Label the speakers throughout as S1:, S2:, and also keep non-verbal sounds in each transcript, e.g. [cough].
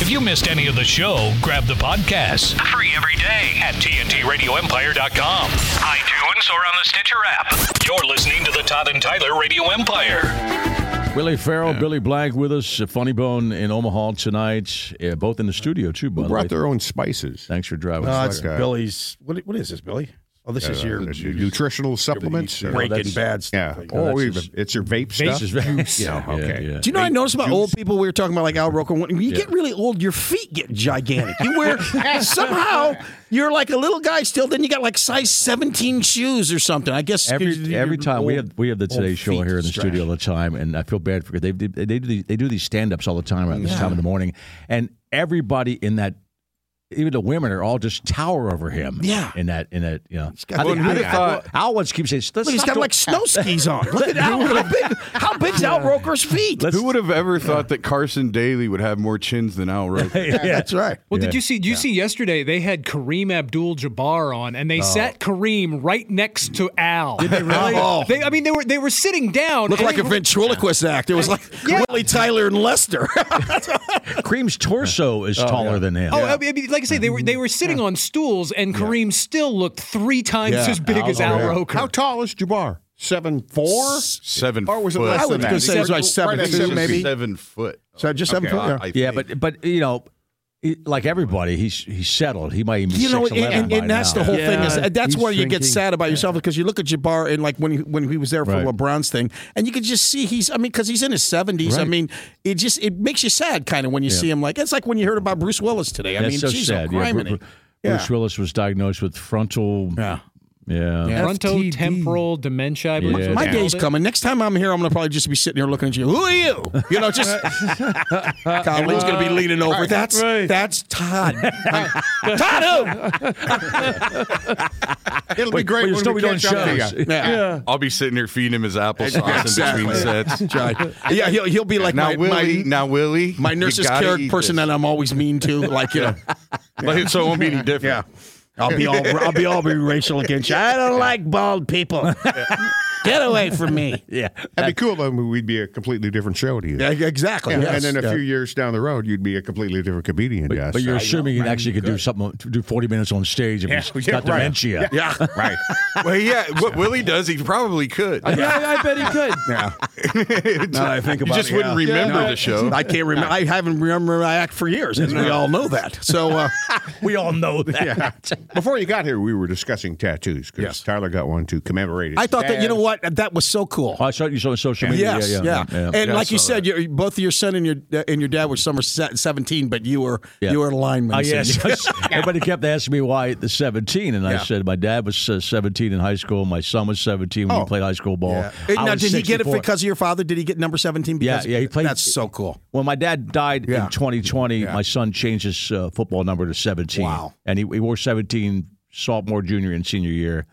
S1: If you missed any of the show, grab the podcast. Free every day at TNTRadioEmpire.com. iTunes or on the Stitcher app. You're listening to the Todd and Tyler Radio Empire.
S2: Willie Farrell, Billy Blank with us, uh, Funny Bone in Omaha tonight, uh, both in the studio too. By the way,
S3: Brought their own spices.
S2: thanks for driving.
S4: No,
S2: us.
S4: Uh, it's
S3: Okay.
S4: Billy's. What, what is this, Billy? Oh, this is
S3: Uh,
S4: your
S3: the nu- nutritional supplements. or-
S4: breaking
S2: that's-
S4: bad stuff.
S3: Yeah.
S4: like that.
S3: Oh,
S2: that's
S3: even-
S2: just-
S3: it's your vape
S2: This
S3: stuff.
S2: is very-
S3: Yeah, okay.
S2: [laughs] yeah.
S4: Do you know I noticed about old people? We were talking about like Al Roker. When you
S2: Yeah.
S4: get really old, your feet get gigantic. You
S2: [laughs]
S4: wear somehow you're like a little guy still. Then you got like size 17 shoes or something. I guess
S2: Every every time we have we have the
S4: old
S2: Today Show
S4: feet
S2: here in the
S4: is trash.
S2: studio all the time, and I feel bad for they they, they do these, they do these stand ups all the time around this time in the morning, and everybody in that. Even the women are all just tower over him.
S4: Yeah.
S2: in that, in that, you know.
S4: got
S2: I think, I
S4: big-
S2: think Al, Al once keeps saying, "Let's
S4: Look, he's
S2: not
S4: got
S2: do- [laughs]
S4: like snow skis on. Look at Al. How big? How big's Al Roker's feet?
S2: Let's-
S5: Who would have ever thought that Carson Daly would have more chins than
S3: [laughs]
S5: Al Roker?
S2: yeah.
S4: That's right.
S6: Well,
S2: Yeah.
S6: did you see? Did you see yesterday? They had Kareem Abdul-Jabbar on, and they sat Kareem right next to Al. Did [laughs] they
S4: really? Oh.
S6: I mean, they were they were sitting down.
S4: Looked
S6: and
S4: like
S6: they-
S4: a ventriloquist act. It was like Willie Tyler and Lester.
S2: Cream's torso is taller than him.
S6: Oh, I mean, like I say, they were they were sitting on stools, and Kareem still looked three times
S3: Yeah.
S6: as big as Al Roker.
S3: How tall is Jabbar? Seven four.
S5: Seven
S3: Or was it
S5: foot.
S3: less
S4: [laughs] I
S3: than
S4: was gonna
S3: that?
S4: say it was like
S3: Right at
S4: seven two,
S3: seven
S4: maybe.
S3: feet.
S5: seven foot.
S4: So just seven
S5: Okay,
S4: foot,
S5: I-
S4: yeah.
S5: I
S2: Yeah,
S5: think.
S2: but but you know, it- like everybody, he's he's settled. He might even be
S4: you know, and,
S2: 6'11"
S4: and,
S2: by
S4: and that's
S2: now.
S4: the whole
S2: Yeah.
S4: thing. Is
S2: Yeah.
S4: that's
S2: He's
S4: where you get
S2: shrinking.
S4: sad about yourself because you look at Jabbar and like when he, when he was there for
S2: Right.
S4: LeBron's thing, and you could just see he's. I mean, because he's in his seventies. I
S2: Right.
S4: mean, it just it makes you sad kind of when you see him. Like it's like when you heard about Bruce Willis today. I
S2: That's
S4: mean,
S2: so
S4: geez,
S2: sad.
S4: oh,
S2: Yeah, Bru-
S4: criminy.
S2: Bru-
S4: Yeah.
S2: Bruce Willis was diagnosed with frontal. uh,
S4: Yeah.
S2: Yeah.
S6: Frontotemporal dementia. I believe is
S2: Yeah.
S6: what
S4: My
S6: they
S4: day's
S6: called it.
S4: coming. Next time I'm here, I'm gonna probably just be sitting here looking at you. Who are you? You
S2: [laughs]
S4: know, just Colin's gonna be leaning over. That's that's
S2: [laughs]
S4: Todd. Todd,
S3: It'll be
S2: Wait,
S3: great.
S2: but you're
S3: when
S2: still
S3: we
S2: be doing
S3: catch up to
S2: shows.
S3: you.
S4: who? Yeah.
S5: I'll be sitting there feeding him his applesauce in between sets.
S4: [laughs] John. yeah, he'll he'll be like
S5: now
S4: my,
S5: Willie,
S4: my
S5: now Willie,
S4: my
S5: you
S4: nurse's
S5: gotta
S4: care
S5: eat
S4: person
S5: this.
S4: that I'm always mean to, like you
S2: [laughs]
S4: know,
S5: Like, so it won't be any different.
S4: I'll be all I'll be all be racial against you. I don't like bald people. Get away from me.
S2: Yeah.
S3: That'd be cool. though. I mean, we'd be a completely different show to you.
S4: Yeah, exactly.
S3: Yeah,
S4: yes.
S3: and then a
S4: Yeah.
S3: few years down the road, you'd be a completely different comedian. yes.
S2: But you're assuming you actually could do something, do 40 minutes on stage if
S4: [laughs]
S2: he's got
S3: right.
S2: dementia.
S4: yeah. [laughs]
S3: right.
S5: [laughs] Well, yeah, what Willie does, he probably could.
S2: I, bet he could.
S3: Yeah.
S4: Now that I think
S5: You
S4: about
S5: just
S4: it,
S5: wouldn't
S4: yeah.
S5: remember the show.
S4: I can't remember. I haven't remembered my act for years, and we all know that. So uh,
S2: We all know that.
S3: Before you got here, we were discussing tattoos because
S4: Yes.
S3: Tyler got one to commemorate. His
S4: I thought that you know
S3: dad.
S4: what that was so cool.
S2: Oh, I saw you saw on social media.
S4: Yes,
S2: yeah,
S4: yeah,
S2: yeah.
S4: and like you
S5: saw
S4: said, your, both of your son and your and your dad were summer se- seventeen, but you were
S2: Yeah.
S4: you were a lineman.
S2: Oh,
S4: so
S2: yes.
S4: you- [laughs]
S2: Everybody kept asking me why the 17, and I said my dad was uh, 17 in high school. My son was 17 when he played high school
S4: [laughs]
S2: ball.
S4: Oh. Hey,
S2: I
S4: Now,
S2: was
S4: did he get it
S2: 64.
S4: because of your father? Did he get number seventeen?
S2: Yeah,
S4: Because
S2: yeah, he played-
S4: That's so cool.
S2: When my dad died
S4: Yeah.
S2: in 2020, my son changed his uh, football number to 17.
S4: Wow.
S2: And he, he wore 17 sophomore, junior, and senior year.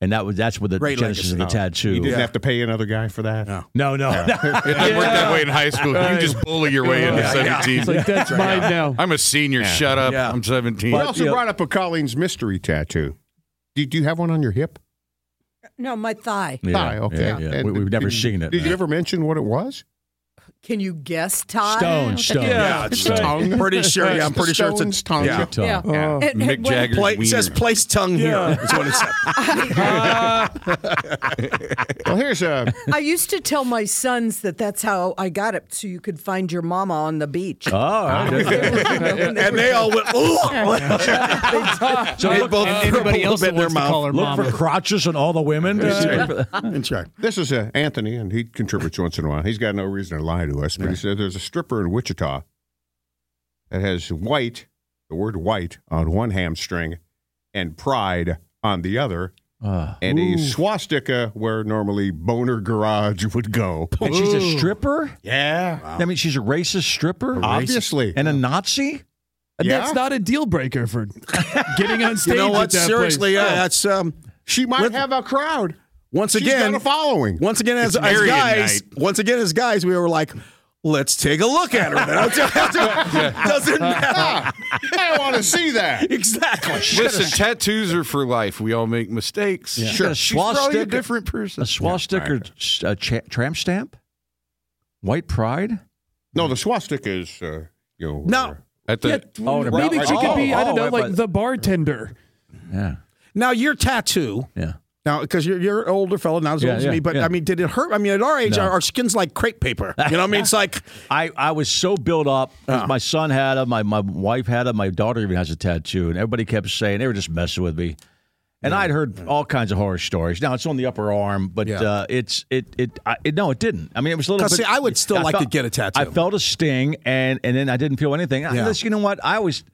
S2: And that was that's where the
S4: Great
S2: genesis of the
S4: legacy. Oh.
S2: tattoo.
S3: You didn't have to pay another guy for that. No.
S2: No, no.
S4: [laughs]
S5: It didn't work that way in high school. You just bully your way into 17. [laughs]
S7: That's mine now.
S5: I'm a senior. Shut up.
S4: Yeah.
S5: I'm 17.
S3: We
S2: But-
S3: also
S2: yeah.
S3: brought up a Colleen's mystery tattoo. Do, do you have one on your hip?
S8: No, my thigh.
S2: Yeah,
S3: Thigh, okay.
S2: [laughs] yeah, yeah.
S3: And
S2: We, have never
S3: did you-
S2: seen it.
S3: Did you
S2: no.
S3: ever mention what it was?
S7: Can you guess, Todd?
S2: Stone, stone.
S5: Yeah,
S3: It's
S5: it's
S3: the
S5: right.
S3: tongue.
S4: Pretty sure. Yeah, I'm pretty sure it's a
S3: Stone's tongue.
S5: Yeah.
S2: Tongue.
S7: Yeah.
S6: Oh.
S3: Yeah.
S7: And- and
S5: Mick
S7: when-
S5: Jagger's
S4: Play, it
S5: wiener.
S4: says place tongue here.
S5: Yeah.
S4: That's what it [laughs] said.
S3: Well, here's a.
S7: I used to tell my sons that that's how I got it, so you could find your mama on the beach.
S2: Oh, all right.
S4: [laughs] and they all went, oh. [laughs]
S2: so
S4: they
S2: look,
S4: both
S6: And
S4: threw up a
S6: anybody
S4: little
S6: else
S4: bit
S6: that
S4: in their
S6: wants to call
S4: mouth.
S6: her
S2: look for
S6: mama.
S2: crotches on all the women.
S4: That's right.
S3: This is uh, Anthony, and he contributes once in a while. He's got no reason to lie to us, but he said there's a stripper in Wichita that has white, the word white, on one hamstring and pride on the other,
S2: Uh,
S3: and a swastika where normally Boner Garage would go.
S2: and she's a stripper.
S3: Yeah.
S2: I mean, she's a racist stripper,
S3: Obviously.
S2: and a Nazi.
S8: And
S3: Yeah?
S8: That's not a deal breaker for getting on
S4: You
S8: stage.
S4: know what?
S8: At that
S4: Seriously,
S8: place.
S4: yeah, that's um.
S3: she might
S4: With-
S3: have a crowd.
S4: Once
S3: She's
S4: again,
S3: got a following. [laughs]
S4: Once again, as,
S5: It's
S4: as
S5: Marion
S4: guys,
S5: night.
S4: once again as guys, we were like, let's take a look at her. [laughs] Then. Doesn't matter.
S3: Ah, I want to see that.
S4: Exactly.
S5: Listen, tattoos are for life. We all make mistakes.
S2: She's got a
S5: [laughs] She's probably a
S2: swastika-
S5: different person.
S2: A swastika, a cha- tramp stamp, white pride.
S3: No, the swastika is, uh, you know.
S4: No.
S3: uh,
S5: At the,
S8: Yeah,
S2: Oh,
S8: maybe
S2: right.
S8: she could be, I don't
S2: Oh,
S8: know,
S2: oh,
S8: like
S2: but-
S8: the bartender.
S2: Yeah,
S4: Now your tattoo.
S2: yeah.
S4: Now, because you're you're an older fellow, not as
S2: Yeah,
S4: old as
S2: yeah,
S4: me, but
S2: yeah.
S4: I mean, did it hurt? I mean, at our age, our, our skin's like crepe paper. You know what I mean? It's like
S2: I, I was so built up. 'cause
S4: Uh.
S2: My son had them. My, my wife had them. My daughter even has a tattoo. And everybody kept saying, they were just messing with me. And I'd heard all kinds of horror stories. Now it's on the upper arm, but uh, it's it it, I, it no, it didn't. I mean, it was a little.
S4: 'Cause,
S2: bit,
S4: see, I would still like to get a tattoo.
S2: I felt a sting, and and then I didn't feel anything.
S4: Yeah.
S2: I, this, you know what? I was.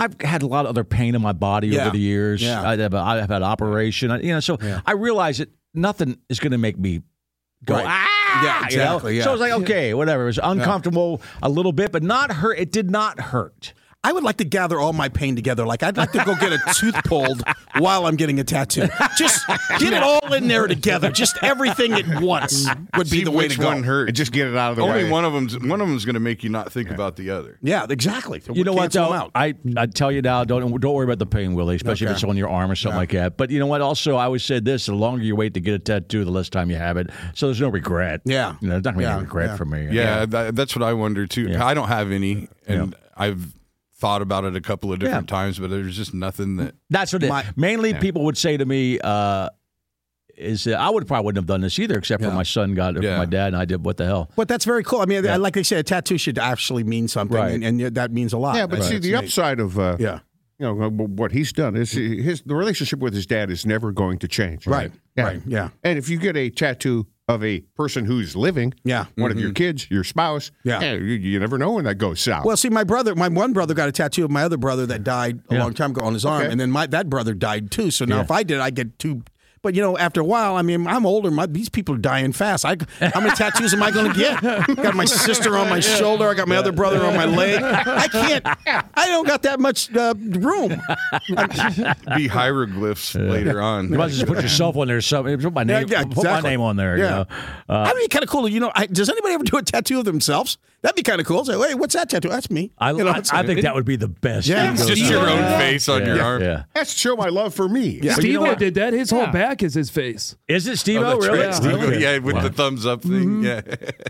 S2: I've had a lot of other pain in my body
S4: Yeah.
S2: over the years.
S4: Yeah.
S2: I, have I've had operation. I- You know, so I realized that nothing is going to make me go
S4: Right.
S2: ah.
S4: Yeah,
S2: you know?
S4: exactly, yeah.
S2: So I was like, okay, whatever. It was uncomfortable a little bit, but not hurt. It did not hurt.
S4: I would like to gather all my pain together. Like I'd like to go get a tooth pulled while I'm getting a tattoo. Just get it all in there together. Just everything at once would be
S5: see
S4: the way
S5: which
S4: to go.
S5: one hurt.
S3: and just get it out of the
S5: Only
S3: way.
S5: one of them's one of them's going to make you not think about the other.
S4: Yeah, exactly. So
S2: You know what?
S4: cancel
S2: Though
S4: them out.
S2: I I tell you now, don't don't worry about the pain, Willie, especially if it's on your arm or something like that. But you know what? Also, I always said this: the longer you wait to get a tattoo, the less time you have it. So there's no regret.
S4: Yeah.
S2: you know, there's not gonna be
S4: Yeah,
S2: any regret
S4: yeah.
S2: for me.
S5: Yeah, That, that's what I wonder too. I don't have any, and I've thought about it a couple of different times, but there's just nothing that. [laughs]
S2: That's what it
S4: My-
S2: mainly people would say to me uh, is that I would probably wouldn't have done this either, except for my son got it
S5: Yeah.
S2: from my dad, and I did. What the hell?
S4: But that's very cool. I mean, like they say, a tattoo should actually mean something,
S2: Right.
S4: and, and that means a lot.
S3: Yeah, but see,
S4: It's
S3: the
S4: neat.
S3: upside of uh,
S4: Yeah.
S3: you know uh, what he's done is he- his the relationship with his dad is never going to change.
S4: Right,
S3: Yeah.
S4: right, yeah.
S3: And if you get a tattoo of a person who's living,
S4: Yeah. mm-hmm.
S3: one of your kids, your spouse,
S4: Yeah.
S3: you, you never know when that goes south.
S4: Well, see, my brother, my one brother got a tattoo of my other brother that died a long time ago on his arm,
S3: Okay.
S4: and then my that brother died too. So now if I did, I get two. But you know, after a while, I mean, I'm older. My, these people are dying fast. I, how many tattoos am I going to get? Got my sister on my shoulder. I got my other brother on my leg. I can't. I don't got that much uh, room.
S5: be hieroglyphs later on.
S2: You might as well just
S4: [laughs]
S2: put yourself on there. Something. Put my name.
S4: yeah,
S2: Put my
S4: exactly.
S2: name on there. you know?
S4: Yeah. That'd be kind of cool. You know, I, does anybody ever do a tattoo of themselves? That'd be kind of cool. Say, hey, what's that tattoo? That's me.
S2: I,
S4: You know,
S2: I,
S4: it's-
S2: I think that would be the best.
S4: Yeah.
S2: thing to
S5: Just
S2: do.
S5: your own face on
S2: Yeah,
S5: your arm.
S2: Yeah.
S3: that's show my love for me.
S4: Yeah.
S8: Steve
S4: But you know what?
S8: did that. His whole
S6: Yeah.
S8: back is his face.
S2: Is it Steve?
S5: Oh,
S2: Oh,
S5: that's
S2: really?
S5: right, Steve-O,
S2: Okay.
S5: [laughs] Yeah, with the thumbs up thing. Yeah.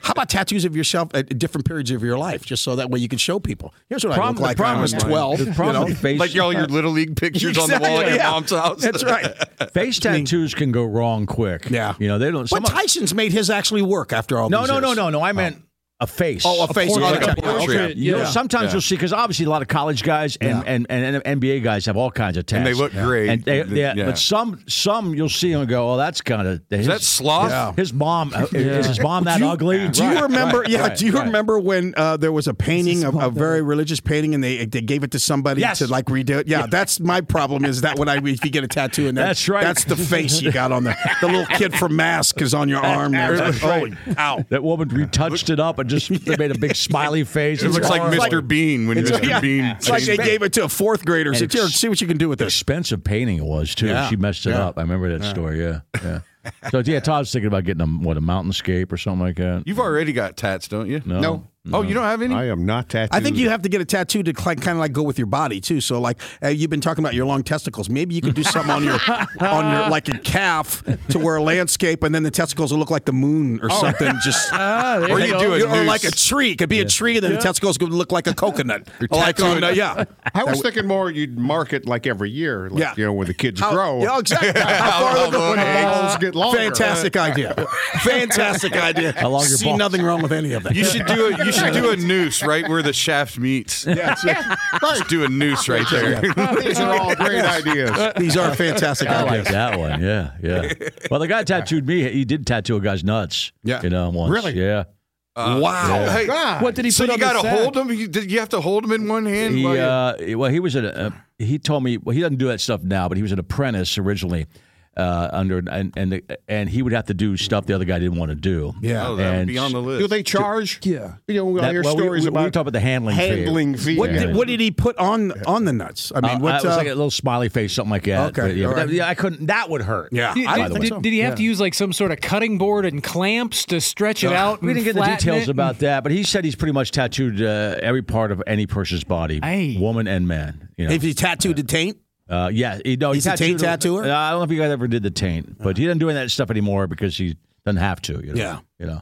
S4: How about tattoos of yourself at different periods of your life, just so that way you can show people? Here's what I
S2: Problem-
S4: look like
S2: the
S4: when I
S2: problem
S4: was
S2: is-
S4: twelve.
S2: The problem
S4: you
S2: with
S4: know? [laughs]
S2: face,
S5: like all your little league pictures on the wall at your
S4: Yeah.
S5: mom's house.
S4: That's
S5: [laughs]
S4: right.
S2: face tattoos can go wrong quick.
S4: Yeah.
S2: You know they don't.
S4: But
S2: some-
S4: Tyson's made his actually work after all.
S2: no,
S4: these
S2: no, no,
S4: years.
S2: no, no. I meant a face.
S4: Oh, a face.
S5: portrait.
S4: on the
S5: Like a
S4: tattoo.
S5: portrait.
S8: Okay,
S2: You know,
S8: yeah.
S2: sometimes you'll see because obviously a lot of college guys and, and, and, and NBA guys have all kinds of tats,
S5: And they look great.
S2: And they, they-
S5: Yeah.
S2: but some some you'll see and go, oh, that's kind of
S5: Is that sloth?
S2: His mom uh, is his mom that
S4: Do you-
S2: ugly?
S4: Do you
S2: Right,
S4: remember?
S2: right,
S4: yeah.
S2: right,
S4: do you
S2: right.
S4: remember when uh, there was a painting, a, a very religious painting, and they they gave it to somebody
S2: Yes.
S4: to like redo it? Yeah, That's my problem. Is that when I if you get a tattoo and that-
S2: That's right.
S4: That's the face you got on the the little kid from Mask is on your arm.
S5: [laughs]
S4: There. It's like, holy cow.
S2: That woman retouched it up and
S4: [laughs]
S2: just they made a big smiley face.
S5: It looks like
S2: It's
S5: Mr. Bean when Mr.
S4: Yeah.
S5: Bean.
S4: It's like they
S5: changed-
S4: gave it to a fourth grader. Said, "Here,
S2: ex-
S4: see what you can do with this.
S2: Expensive painting it was too.
S4: Yeah.
S2: She messed it
S4: Yeah.
S2: up. I remember that story. Yeah, yeah.
S4: [laughs]
S2: so yeah, Todd's thinking about getting a what a mountainscape or something like that.
S5: You've already got tats, don't you?
S2: No,
S3: No.
S5: Oh, you don't have any?
S3: I am not tattooed.
S4: I think you have to get a tattoo to like, kind of like go with your body too. So like uh, you've been talking about your long testicles, maybe you could do something on [laughs] your on your like a calf to where a landscape, and then the testicles will look like the moon or something. [laughs] Just
S5: Or you do a
S4: or
S5: noose.
S4: like Oh. a tree. It could be a tree, and then the testicles could look like a [laughs] coconut. like on uh, [laughs] yeah.
S3: I was thinking more you'd mark it like every year, like,
S4: Yeah.
S3: you know, when the kids
S4: How,
S3: grow.
S4: Yeah, [laughs] exactly. How far
S5: How
S4: they go-
S5: long
S3: When the balls get longer.
S4: Fantastic idea. [laughs] Fantastic idea.
S2: How long your
S4: See
S2: balls?
S4: nothing wrong with any of that.
S5: You should do a you should [laughs] do a noose right where the shaft meets. [laughs] Yeah, just do a noose right there.
S3: [laughs] These are all
S4: [laughs]
S3: great ideas.
S4: These are [laughs] fantastic
S2: I
S4: ideas.
S2: like that one. Yeah,
S4: [laughs]
S2: yeah. Well, the guy tattooed me. He did tattoo a guy's nuts.
S4: Yeah.
S2: you know, once.
S3: Really?
S2: Yeah.
S5: wow. Hey,
S3: God.
S8: What did he
S5: Uh, so
S8: put
S5: you
S8: on the
S5: got to
S8: sack?
S5: hold them. You, did you have to hold them in one hand?
S2: He,
S5: while you-
S2: uh, well, he was at a, uh, he told me, well, he doesn't do that stuff now, but he was an apprentice originally uh, under, and, and, the, and he would have to do stuff the other guy didn't want to do.
S5: oh, that would
S2: and
S5: be on the list.
S3: Do they charge?
S8: Yeah.
S3: You know, we all
S2: That-
S3: hear
S2: well, we-
S3: stories
S2: we,
S3: about
S2: we talk about the handling fee.
S3: handling fee.
S4: What,
S2: Yeah.
S4: did, what did he put on on the nuts? I
S2: Uh,
S4: mean, what's
S2: it was
S4: uh,
S2: like a little smiley face, something like that.
S4: Okay,
S2: But yeah,
S4: all
S2: but that-
S4: right.
S2: yeah, I couldn't. That would hurt.
S4: Yeah.
S6: Did,
S4: I
S6: did-
S4: don't think
S6: did-
S4: so.
S6: did he have to use like some sort of cutting board and clamps to stretch it out?
S2: We
S6: and
S2: didn't get the
S6: flatten
S2: details
S6: it?
S2: about that, but he said he's pretty much tattooed uh, every part of any person's body,
S6: Hey.
S2: woman and man. You know,
S4: if he tattooed the taint?
S2: uh, yeah, he, no,
S4: He's
S2: he
S4: a taint
S2: tattooed-
S4: tattooer?
S2: Uh, I don't know if you guys ever did the taint, but he doesn't do any of that stuff anymore because he doesn't have to. You know,
S4: Yeah.
S2: you know.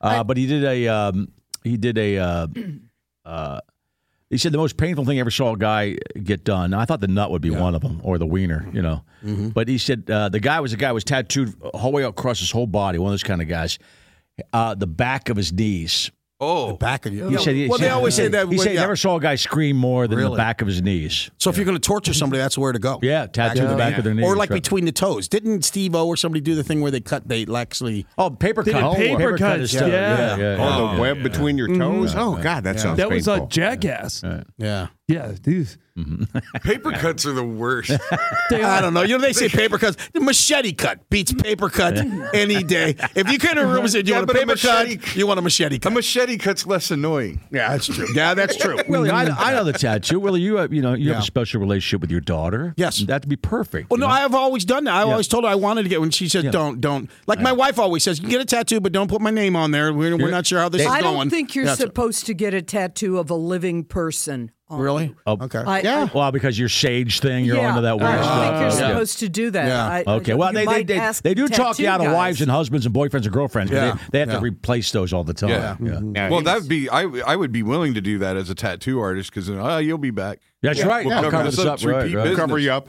S2: Uh, but he did a um, he did a uh, uh, he said the most painful thing I ever saw a guy get done. I thought the nut would be one of them or the wiener, you know.
S4: Mm-hmm.
S2: But he said uh, the guy was a guy was tattooed all the way across his whole body, one of those kind of guys. Uh, the back of his knees.
S5: oh,
S4: Back of you.
S2: He said, he
S4: well, they
S2: said-
S4: always
S2: he
S4: say
S2: said-
S4: that.
S2: He said he
S4: yeah.
S2: never saw a guy scream more than
S4: Really?
S2: the back of his knees.
S4: so if you're going to torture somebody, that's where to go.
S2: Yeah, tattoo the back of their knees.
S4: Or like
S2: right.
S4: between the toes. Didn't Steve O or somebody do the thing where they cut, they actually.
S2: oh paper
S8: They
S2: cut,
S8: did paper cuts,
S2: is
S8: yeah.
S2: tough.
S8: Yeah.
S3: Oh, the web between your toes? Oh, God, that sounds
S8: That was
S3: painful.
S8: a jackass.
S4: Yeah.
S8: Yeah, dude.
S5: paper cuts are
S8: [laughs]
S5: the worst.
S4: I don't know. You know, they say paper cuts. The machete cut beats paper cut any day. If you came to a room and said, you
S5: Yeah,
S4: want a
S5: but a
S4: paper cut,
S5: machete-
S4: you want a machete
S5: a
S4: cut.
S5: machete cut's less annoying.
S4: yeah, that's true. Yeah,
S2: [laughs]
S4: that's true.
S2: Willie, I, I know the tattoo. Willie, you have, you know you have
S4: Yeah.
S2: a special relationship with your daughter.
S4: Yes.
S2: that'd be perfect.
S4: Well,
S2: you
S4: no,
S2: know?
S4: I have always done that. I always told her I wanted to get when she said, "Don't, don't." Like my wife always says, "You can get a tattoo, but don't put my name on there. We're, we're not sure how this is
S7: I
S4: going."
S7: don't think you're
S4: Yeah, so-
S7: supposed to get a tattoo of a living person. On
S4: really.
S2: Oh,
S4: Okay.
S7: I, yeah.
S2: Well, because your sage thing, you're
S7: yeah, Oh,
S2: onto that weird
S7: I don't
S2: stuff.
S7: think you're
S2: Yeah.
S7: supposed to do that.
S4: Yeah.
S7: I- I-
S2: Okay. Well,
S7: you
S2: they they,
S7: might
S2: they,
S7: ask
S2: they do talk you
S7: tattoo
S2: out of
S7: guys.
S2: wives and husbands and boyfriends and girlfriends. but
S4: Yeah.
S2: They, they have
S4: Yeah.
S2: to replace those all the time.
S5: Yeah.
S3: Yeah,
S5: well,
S3: he-
S5: that'd be I. I would be willing to do that as a tattoo artist because oh, you'll be back.
S2: That's right.
S5: We'll
S2: I'll
S5: cover
S2: cover
S5: this
S2: this
S5: up,
S2: up. Right,
S5: repeat
S2: right.
S5: business.
S3: cover you up.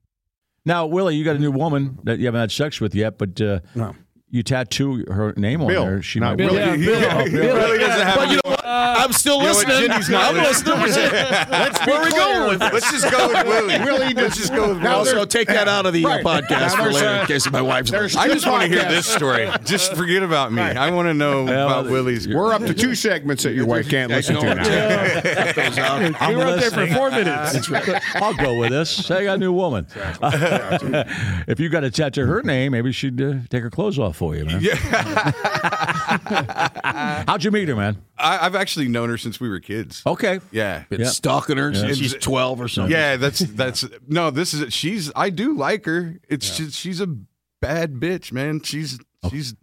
S2: Now, Willie, you got a new woman that you haven't had sex with yet, but uh,
S4: No.
S2: you tattoo her name
S3: Bill,
S2: on there. She
S3: not
S2: might
S3: Willie.
S8: Yeah, Bill.
S5: Yeah,
S8: Bill.
S5: Really doesn't have.
S4: But you know what? I'm still
S5: You know what?
S4: listening.
S5: Jenny's not
S4: I'm listening.
S5: Let's
S4: Where we going with this?
S5: Let's just go with Willie.
S3: Willie
S5: Let's just go with
S3: Now
S5: Willie.
S3: they're-
S4: Also, take that out of the uh,
S3: Right.
S4: podcast
S3: Now
S4: for
S3: there's,
S4: later
S3: uh,
S4: in case my wife's.
S3: there's-
S5: I
S3: Two
S5: just want to hear
S3: podcasts.
S5: this story. Just forget about me. I want to know about Willie's.
S3: We're up to two segments that your wife can't listen to now.
S8: we were up there for four
S2: [laughs]
S8: minutes.
S2: I'll go with this. Say I got a new woman. [laughs] if you got to tattoo her name, maybe she'd uh, take her clothes off for you, man. Yeah. [laughs] How'd you meet her, man?
S5: I, I've actually known her since we were kids.
S2: Okay.
S5: Yeah.
S4: been stalking her. since She's 12 or something.
S5: Yeah, that's that's no. This is she's. I do like her. It's just, she's a bad bitch, man. She's she's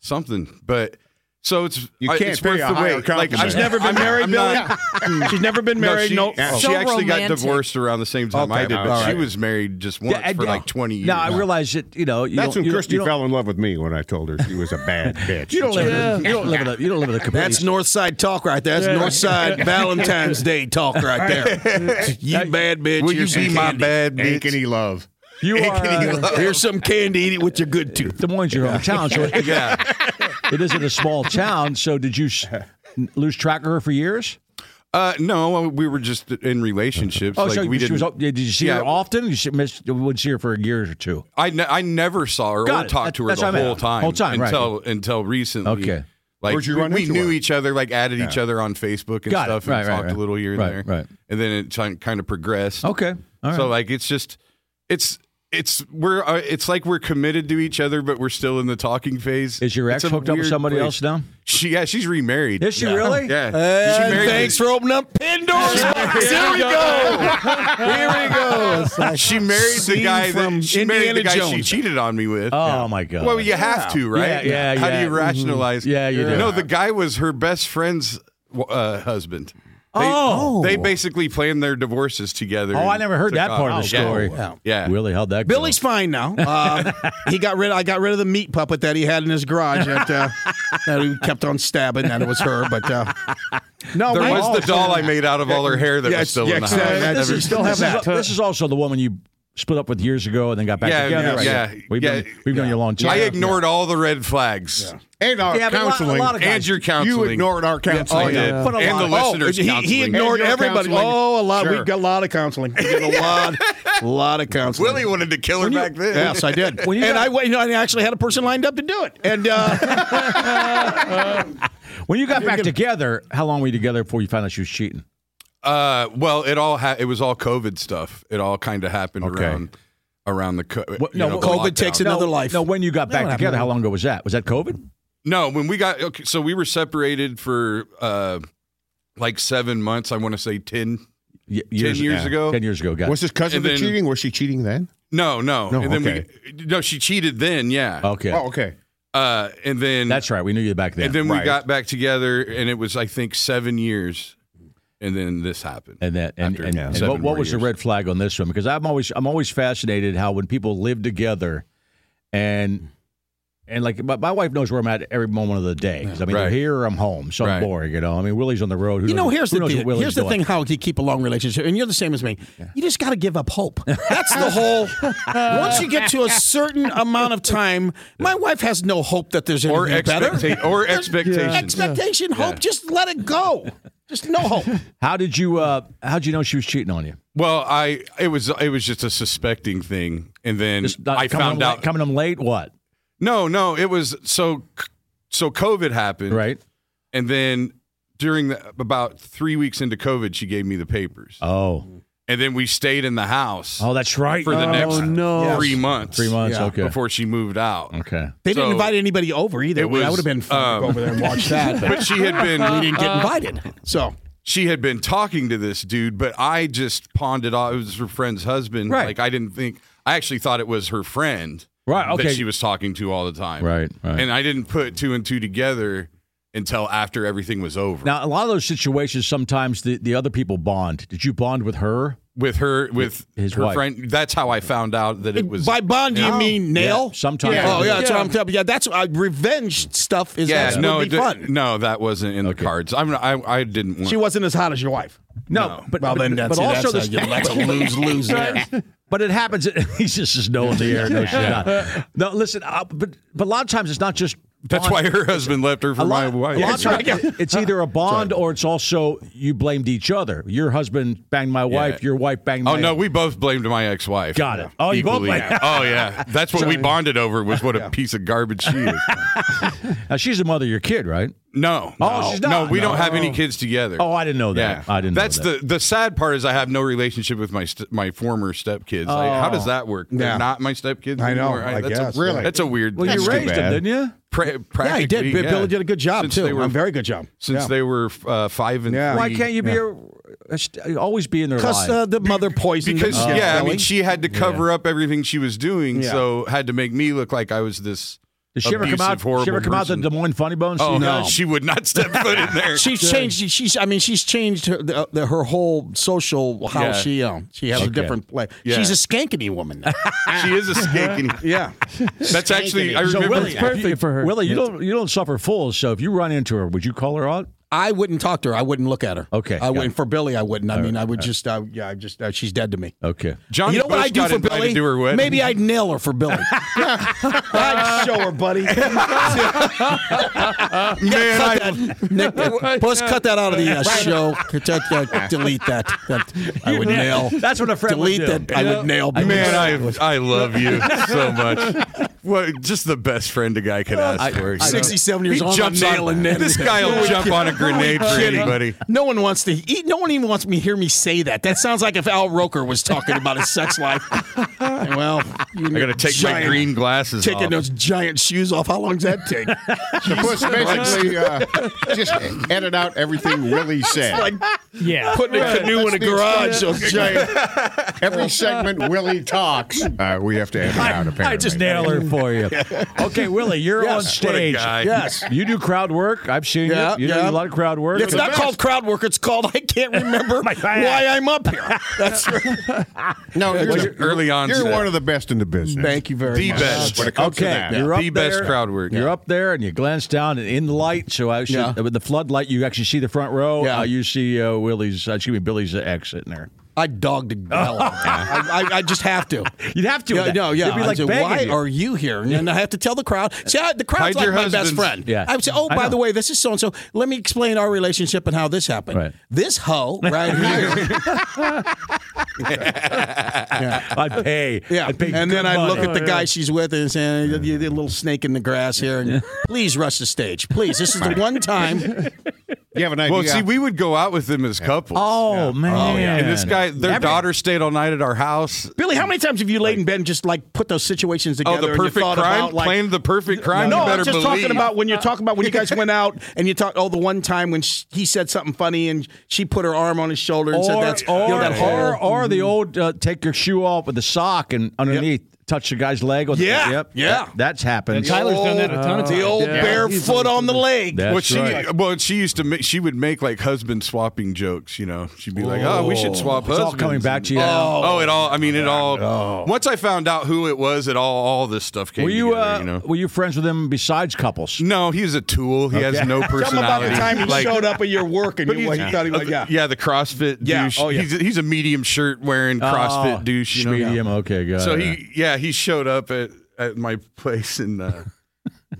S5: something. But So it's
S3: You
S5: I-
S3: can't
S5: it's worth
S3: pay a
S5: the
S3: higher
S5: wait.
S3: compliment. She's never been
S5: I'm not-
S3: married,
S5: I'm
S3: Billy?
S5: [laughs] not-
S3: She's never been married,
S5: No,
S3: no-
S5: she,
S3: Oh.
S5: she
S3: So
S5: actually
S3: romantic.
S5: got divorced around the same time
S3: Okay,
S5: I did, but
S3: all
S5: she
S3: right.
S5: was married just once
S2: Yeah,
S5: for
S2: yeah.
S5: like 20 years.
S2: Now I realize that you know you
S3: That's
S2: don't-
S3: when
S2: you don't-
S3: Christy
S2: you don't-
S3: fell in love with me when I told her she was a bad bitch.
S2: You don't live in a- you don't live in a- you don't
S5: [laughs]
S2: live in a completely-
S4: That's North Side talk right there. That's
S3: Yeah.
S4: North Side Valentine's Day talk right there. you bad bitch.
S3: Will you
S4: here's some
S3: be my
S4: candy.
S3: bad Ain't bitch? any love.
S2: You
S4: Ain't
S2: are,
S4: any
S2: uh,
S4: love. Here's some candy. Eat it with your good tooth.
S2: Des Moines, your hometown, so it,
S5: Yeah.
S2: it isn't a small town. So did you s- n- lose track of her for years?
S5: Uh, no, we were just in relationships.
S2: Oh,
S5: like
S2: so
S5: we
S2: she
S5: didn't.
S2: was, oh, did you see
S5: Yeah.
S2: her often? You s- missed, you would see her for years or two.
S5: I, ne- I never saw her
S2: Got
S5: or
S2: it.
S5: talked to her
S2: That's
S5: the
S2: what I meant.
S5: whole time.
S2: Whole time, right.
S5: until until recently.
S2: Okay.
S5: Like
S3: Where'd you
S5: we,
S3: run
S5: we
S3: into
S5: knew
S3: her?
S5: each other, like added each
S3: Yeah.
S5: other on Facebook and
S2: Got it.
S5: stuff,
S2: Right,
S5: and
S2: right,
S5: talked
S2: right.
S5: a little here and
S2: Right,
S5: there,
S2: right.
S5: And then it kind of progressed.
S2: Okay. All right.
S5: So like it's just it's it's we're uh, it's like we're committed to each other, but we're still in the talking phase.
S2: Is your
S5: It's
S2: ex
S5: a
S2: hooked up with
S5: weird
S2: somebody
S5: place.
S2: else now?
S5: She yeah, she's remarried.
S2: Is she really?
S5: Yeah.
S4: And
S5: she married
S4: thanks for opening up Pandora's box. Here we go. Here we go. It's like
S5: [laughs] she married the
S4: scene
S5: guy
S4: from
S5: that she married the
S4: Indiana
S5: guy she
S4: Jones.
S5: cheated on me with.
S2: Oh my god.
S5: Well, you have to, right?
S2: Yeah, yeah,
S5: How
S2: yeah.
S5: do you rationalize?
S2: Mhm. Yeah, you do.
S5: No, the guy was her best friend's uh, husband. They,
S2: Oh.
S5: they basically planned their divorces together.
S2: Oh,
S5: and
S2: I never heard
S5: took
S2: that part of
S5: off.
S2: the
S5: Yeah.
S2: story.
S5: Yeah,
S2: Willie, Oh, how'd that go?
S4: Billy's fine now. Uh, he got rid. I got rid of the meat puppet that he had in his garage that, uh, that he kept on stabbing. [laughs] That it was her, but uh, no,
S5: there
S4: we-
S5: was the doll I made out of all her hair that
S4: Yeah,
S5: was still in the
S4: yeah,
S5: house.
S4: exactly.
S5: I
S4: This
S5: never-
S4: is uh, still have
S2: this
S4: that.
S2: Is, this is also the woman you split up with years ago and then got back
S5: Yeah,
S2: together.
S5: yeah,
S2: right?
S5: yeah,
S2: We've,
S5: yeah.
S2: Been, we've known you a long time.
S5: I ignored all the red flags.
S3: And our
S2: Yeah, but a lot- a
S3: counseling.
S2: lot of guys-
S5: And your counseling.
S3: You ignored our
S5: Yes, I
S4: oh,
S3: counseling.
S5: did.
S2: But a
S5: And the
S2: lot- Oh,
S5: listeners'
S4: he, he
S5: counseling.
S4: ignored
S3: And your
S4: everybody.
S3: counseling.
S4: Oh, a lot.
S3: Sure.
S4: We got a lot of counseling. We did a lot, lot of counseling.
S5: Willie wanted to kill her back then.
S4: Yes, I did.
S2: When you
S4: and
S2: got-
S4: I, wa- you know, I actually had a person lined up to do it. And uh,
S2: When you got back together, how long were you together before you found out she was cheating?
S5: Uh, well, it all ha- it was all COVID stuff. It all kind of happened
S2: Okay.
S5: around around the co-
S2: What-
S5: you
S2: no,
S5: know,
S2: what-
S5: the
S4: COVID takes
S5: lockdown.
S4: another life.
S2: No, when you got back together, how long ago was that? Was that COVID?
S5: No, when we got okay, so we were separated for uh like seven months. I want to say ten.
S2: Y-
S5: years ago?
S2: Ten years ago, got
S3: Was
S2: it.
S3: his cousin
S5: And then-
S3: been cheating? Was she cheating then?
S5: No, no,
S3: No,
S5: and then
S3: okay.
S5: we no. She cheated then, yeah.
S2: Okay.
S3: Oh, okay.
S5: Uh, and then
S2: That's right. We knew you back then.
S5: and then we
S3: right.
S5: got back together, and it was I think seven years, and then this happened.
S2: and that and,
S5: After
S2: and, and
S5: seven
S2: what, what
S5: more
S2: was the
S5: years.
S2: red flag on this one? Because I'm always I'm always fascinated how when people live together and and like my, my wife knows where I'm at every moment of the day. 'Cause, I mean,
S5: Right.
S2: either here or I'm home, so
S5: Right.
S2: I'm boring. You know, I mean, Willie's on the road. Who
S4: you know,
S2: knows-
S4: here's
S2: who
S4: the
S2: knows
S4: deal.
S2: what Willie's
S4: here's the
S2: doing?
S4: thing: how you keep a long relationship, and you're the same as me. You just got to give up
S5: [laughs]
S4: hope. That's the whole. once you get to a certain amount of time, my wife has no hope that there's
S5: or
S4: anything
S5: expecta-
S4: better. [laughs]
S5: or expectations.
S4: Expectation, hope. Just let it go. Just no hope.
S2: How did you uh, how did you know she was cheating on you?
S5: Well, I it was it was just a suspecting thing, and then
S2: Just not
S5: I
S2: coming home
S5: found out.
S2: late, coming home late. What
S5: no, no, it was so so COVID happened,
S2: right?
S5: And then during the, about three weeks into COVID, she gave me the papers,
S2: Oh,
S5: and then we stayed in the house
S2: oh, that's right.
S5: for the
S2: Oh,
S5: next
S8: no.
S5: three months,
S2: three months.
S4: Yeah.
S2: Okay,
S5: before she moved out.
S2: okay.
S4: They
S5: So,
S4: didn't invite anybody over either.
S5: it
S4: That
S5: was,
S4: would have been fun to go
S5: um,
S4: over there and watch
S5: [laughs]
S4: that.
S5: But she Uh,
S2: [laughs]
S5: had
S4: we [laughs]
S5: been
S4: didn't get invited. So
S5: she had been talking to this dude, but I just pawned it off. It was her friend's husband.
S2: Right.
S5: Like I didn't think. I actually thought it was her friend.
S2: Right, okay.
S5: That she was talking to all the time.
S2: Right, right.
S5: And I didn't put two and two together until after everything was over.
S2: Now, a lot of those situations, sometimes the, the other people bond. Did you bond with her?
S5: with her, with
S2: His
S5: her
S2: wife.
S5: friend. That's how I found out that it was. Oh.
S4: by bond, do you
S5: No.
S4: mean nail?
S2: Yeah, sometimes.
S4: Oh yeah, that's
S8: Yeah.
S4: what I'm telling. Yeah, that's uh, revenge stuff. Is
S5: yeah,
S4: that's
S5: no,
S4: would
S5: it
S4: be
S5: di-
S4: fun.
S5: no, that wasn't in the cards. I'm, I, I didn't want.
S4: She wasn't as hot as your wife.
S2: No, but
S4: Well,
S2: but,
S4: then that's
S2: but also
S4: that's,
S2: this,
S4: a, [laughs] that's a lose lose there.
S2: But it happens. [laughs] He's just just no in the air. No, she's
S5: [laughs]
S2: not. No, listen. Uh, but but a lot of times it's not just.
S5: that's
S2: bond.
S5: why her husband left her for
S2: A lot,
S5: my wife.
S2: a lot of times it's either a bond or it's also you blamed each other. Your husband banged my wife. Your wife banged.
S5: Oh
S2: my
S5: no, we both blamed my ex-wife.
S2: Got it. Oh, you both
S5: Equally.
S2: blamed-
S5: Oh yeah, that's
S2: [laughs]
S5: what we bonded over was what a piece of garbage she is.
S2: Now she's the mother of your kid, right?
S5: No.
S2: Oh,
S5: no.
S2: she's not.
S5: No, we don't
S2: No.
S5: have any kids together.
S2: Oh, I didn't know that. I didn't.
S5: That's
S2: know that.
S5: the the sad part is I have no relationship with my st- my former stepkids. Like, how
S2: Oh.
S5: does that work? They're
S4: Yeah.
S5: not my stepkids.
S4: I know,
S5: Anymore.
S4: I
S5: that's
S4: guess,
S5: A,
S4: yeah.
S5: really, that's a weird.
S2: Well,
S5: thing.
S2: you raised him,
S3: bad.
S2: didn't you?
S5: pra-
S4: Yeah, he did.
S5: practically, yeah.
S4: Billy did a good job
S5: Since
S4: too.
S5: They were,
S4: a very good job.
S5: since
S4: yeah.
S5: they were uh, five and
S4: Yeah.
S5: three.
S2: Why can't you be a, a st- always be in their
S4: because
S2: lives?
S4: uh, the mother poisoned.
S5: Because
S4: them.
S5: yeah, I
S4: Billy.
S5: mean, she had to cover up everything she was doing,
S4: Oh. Yeah.
S5: so had to make me look like I was this
S2: Did she ever come out?
S5: abusive, horrible
S2: She ever come out to
S5: person.
S2: Des Moines Funny Bone?
S5: Oh
S2: See
S5: no,
S2: that?
S5: she would not step foot in
S4: [laughs]
S5: there.
S4: She's changed. She's. I mean, she's changed her, the, the, her whole social. How
S5: Yeah.
S4: she um. She has
S5: Okay.
S4: a different play.
S5: Yeah.
S4: She's a skankiny woman.
S5: [laughs]
S4: now.
S5: She is a skankiny.
S4: [laughs] yeah,
S5: That's actually. I
S2: So
S5: remember.
S2: Willie,
S8: perfect for her.
S2: Willie, you don't you don't suffer fools. So if you run into her, would you call her out?
S4: I wouldn't talk to her. I wouldn't look at her.
S2: Okay,
S4: I
S2: got
S4: wouldn't.
S2: it.
S4: For Billy, I wouldn't. I mean, I would just. Uh, yeah, I just. Uh, she's dead to me.
S5: [laughs]
S2: Okay.
S5: Johnny
S4: you know what
S5: Bush
S4: I do
S5: got
S4: for
S5: invited
S4: Billy?
S5: to her wedding.
S4: Maybe
S5: [laughs]
S4: I'd nail her for Billy. I'd show her, buddy.
S5: Man, I-
S4: Nick,
S5: [laughs]
S4: Puss, cut that out of the uh, show. Cut- uh, delete that. That- I would nail.
S2: That's what a friend would
S4: Delete
S2: do.
S4: that. I would nail. Billy.
S5: Man, I I love you so much. Well, just the best friend a guy could ask for.
S4: 67 years
S5: he
S4: old, I'm
S5: jumps on-
S4: nailing that.
S5: This guy will jump on a grenade for
S4: Kidding.
S5: anybody.
S4: No one wants to. Eat, no one even wants me to hear me say that. That sounds like if Al Roker was talking about his sex life. well, you
S5: I gotta take my
S4: giant-
S5: green glasses
S4: Taking
S5: off.
S4: those giant shoes off. How long does that take?
S3: The puss basically uh, just edit out everything Willie said.
S6: Yeah.
S4: Putting a canoe
S3: That's
S4: in
S3: the
S4: a garage.
S3: extent. [laughs]
S4: Those giant.
S3: Every segment Willie talks, uh, we have to edit out. Apparently,
S2: I just nail [laughs] her for you. Okay, Willie, you're on
S4: Yes,
S5: what a
S2: stage.
S5: guy.
S4: Yes.
S2: You do crowd work. I've seen
S4: Yeah,
S2: you. You
S4: yeah.
S2: do a lot of crowd work.
S4: It's not called crowd work. It's called I can't remember why I'm up here. That's right.
S3: No, you're,
S5: Well, you're early on
S3: You're
S5: set.
S3: one of the best in the business.
S4: Thank you very
S5: The
S4: much.
S5: best.
S3: When it comes to
S2: Okay,
S3: that,
S2: you're up
S5: The best
S2: there.
S5: crowd work.
S2: You're up there, and you glance down and in the light. So I should,
S4: Yeah.
S2: with the floodlight, you actually see the front row.
S4: Yeah.
S2: Uh, you see uh, Willie's, uh, excuse me, Billy's uh, exit in there.
S4: I dogged
S2: [laughs]
S4: the hell out of it. I, I, I just have to.
S2: You'd have to.
S4: Yeah,
S2: with that.
S4: no, yeah.
S2: They'd be
S4: I
S2: like
S4: said,
S2: begging
S4: why
S2: you.
S4: are you here? And then I have to tell the crowd. See, I, the crowd's
S5: Hide your
S4: like my best
S5: husbands.
S4: friend.
S2: Yeah.
S4: I would say, oh,
S2: I
S4: by
S2: know.
S4: the way, this is so and so. Let me explain our relationship and how this happened.
S2: Right. [laughs]
S4: This hoe right here. [laughs]
S2: I'd pay.
S4: yeah.
S2: I'd pay good
S4: And then I look
S2: money. Oh,
S4: at the guy she's with and say, you you did a little snake in the grass here. And please rush the stage. Please. This is
S2: [laughs]
S4: the one time.
S3: You have an idea.
S5: Well, see, we would go out with them as couples.
S2: Oh man!
S5: And this guy, their
S2: Every-
S5: daughter stayed all night at our house.
S4: Billy, how many times have you laid in bed and just like put those situations
S5: Oh,
S4: together?
S5: the
S4: and you
S5: perfect
S4: thought
S5: crime?
S4: about, like,
S5: Playing the perfect crime?
S4: No,
S5: you
S4: I'm
S5: better
S4: just
S5: believe.
S4: talking about when you're talking about when you guys went out and you talked. Oh, the one time when sh he said something funny and she put her arm on his shoulder and
S2: Or,
S4: said that's
S2: or,
S4: you know, that Mm-hmm. whole-
S2: or, or the old uh, take your shoe off with the sock and underneath touch the guy's leg. With
S4: Yeah,
S2: the, yep,
S4: yeah.
S2: that- that's happened.
S6: And [laughs] Tyler's done that a ton of
S4: the
S6: times.
S4: old
S8: Yeah. He's
S4: barefoot on the leg.
S2: That's
S5: well, she
S2: right.
S5: well, she used to make, she would make like husband swapping jokes. You know, she'd be like, "Oh, we should swap
S2: It's all
S5: husbands."
S2: coming back to you now.
S5: Oh, oh, it all. I mean, it all.
S4: Oh.
S5: Once I found out who it was, it all all this stuff came.
S2: Were you,
S5: together,
S2: uh,
S5: you know? Mm,
S2: were you friends with him besides couples?
S5: No, he's a tool. He has no
S4: [laughs] Tell him about
S5: personality.
S4: the time he
S5: Like-
S4: showed up at your work and you, what he thought he was.
S5: Uh,
S4: Yeah.
S5: the CrossFit
S4: Yeah,
S5: douche.
S4: oh, yeah.
S5: He's, a, he's a medium shirt wearing CrossFit
S2: Oh,
S5: douche. you know?
S2: medium. Okay, good.
S5: So he, yeah, he showed up at, at my place
S2: [laughs]
S5: and uh,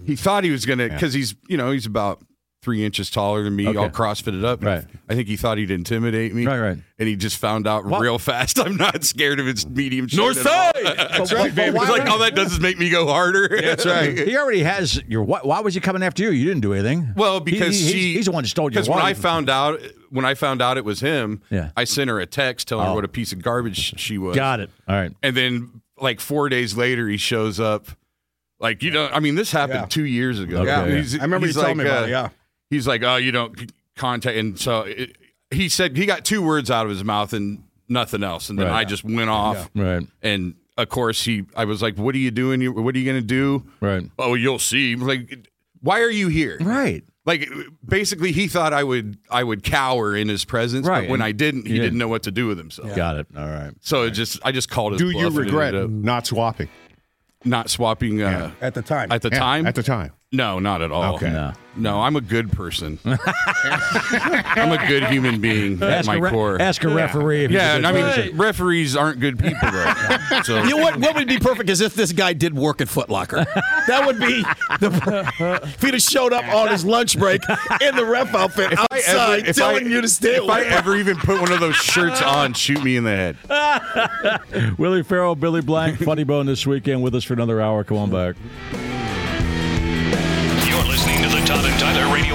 S5: he thought he was going to, because he's, you know, he's about three inches taller than me,
S2: Okay.
S5: all CrossFitted up. And
S2: Right.
S5: I think he thought he'd intimidate me.
S2: Right, right.
S5: And he just found out
S2: What?
S5: real fast [laughs] I'm not scared of his medium shirt.
S4: North
S5: at all.
S4: side!
S2: That's right,
S5: It's like, all that does is make me go harder. That's
S2: He already has your. Why, why was he coming after you? You didn't do anything.
S5: [laughs] Well, because
S2: He- he-
S5: she
S2: he's, he's the one who stole your.
S5: Because when I
S2: wife.
S5: found out when I found out it was him,
S2: Yeah.
S5: I sent her a text telling
S2: Oh.
S5: her what a piece of garbage she was.
S2: got it. All right.
S5: And then like four days later, he shows up. Like you know, I mean, this happened
S4: Yeah.
S5: two years ago.
S2: Okay. Yeah.
S5: He's-
S4: I remember you
S5: he's
S4: telling
S5: like,
S4: me about
S5: uh,
S4: it. Yeah.
S5: he's like, oh, you don't c- contact. And so it, he said he got two words out of his mouth and nothing else. And then
S2: Right.
S5: I just went off.
S2: Right.
S5: And of course, he, I was like, what are you doing? You- What are you going to do?
S2: Right.
S5: Oh, you'll see. Like, why are you here?
S2: Right.
S5: like basically he thought I would I would cower in his presence,
S2: Right,
S5: but when
S2: and
S5: I didn't, he
S2: you
S5: didn't.
S2: didn't.
S5: know what to do with himself.
S2: Got it. All right.
S5: So it just I just called his
S3: do you
S5: bluff and
S3: regret
S5: ended up
S3: not swapping
S5: not swapping uh,
S4: At the time.
S5: at the
S3: Yeah,
S5: time?
S3: At the time,
S5: no, not at all.
S3: Okay.
S5: No.
S2: No.
S5: I'm a good person. I'm a good human being at
S2: Ask
S5: my
S2: a, re-
S5: core.
S2: ask a referee. If he's
S5: yeah,
S2: a
S5: and
S2: good
S5: I mean
S2: person.
S5: referees aren't good people though. so
S4: [laughs] You know what? What would be perfect is if this guy did work at Foot Locker. That would be the. [laughs] If he'd have showed up on his lunch break in the ref outfit
S5: I ever-
S4: outside,
S5: if I-
S4: telling you to stay
S5: If I
S4: away.
S5: ever even put one of those shirts on, shoot me in the head.
S2: Willie Farrell, Billy Blank, Funny Bone this weekend with us for another hour. Come on back.
S1: You're listening to the Todd and Tyler Radio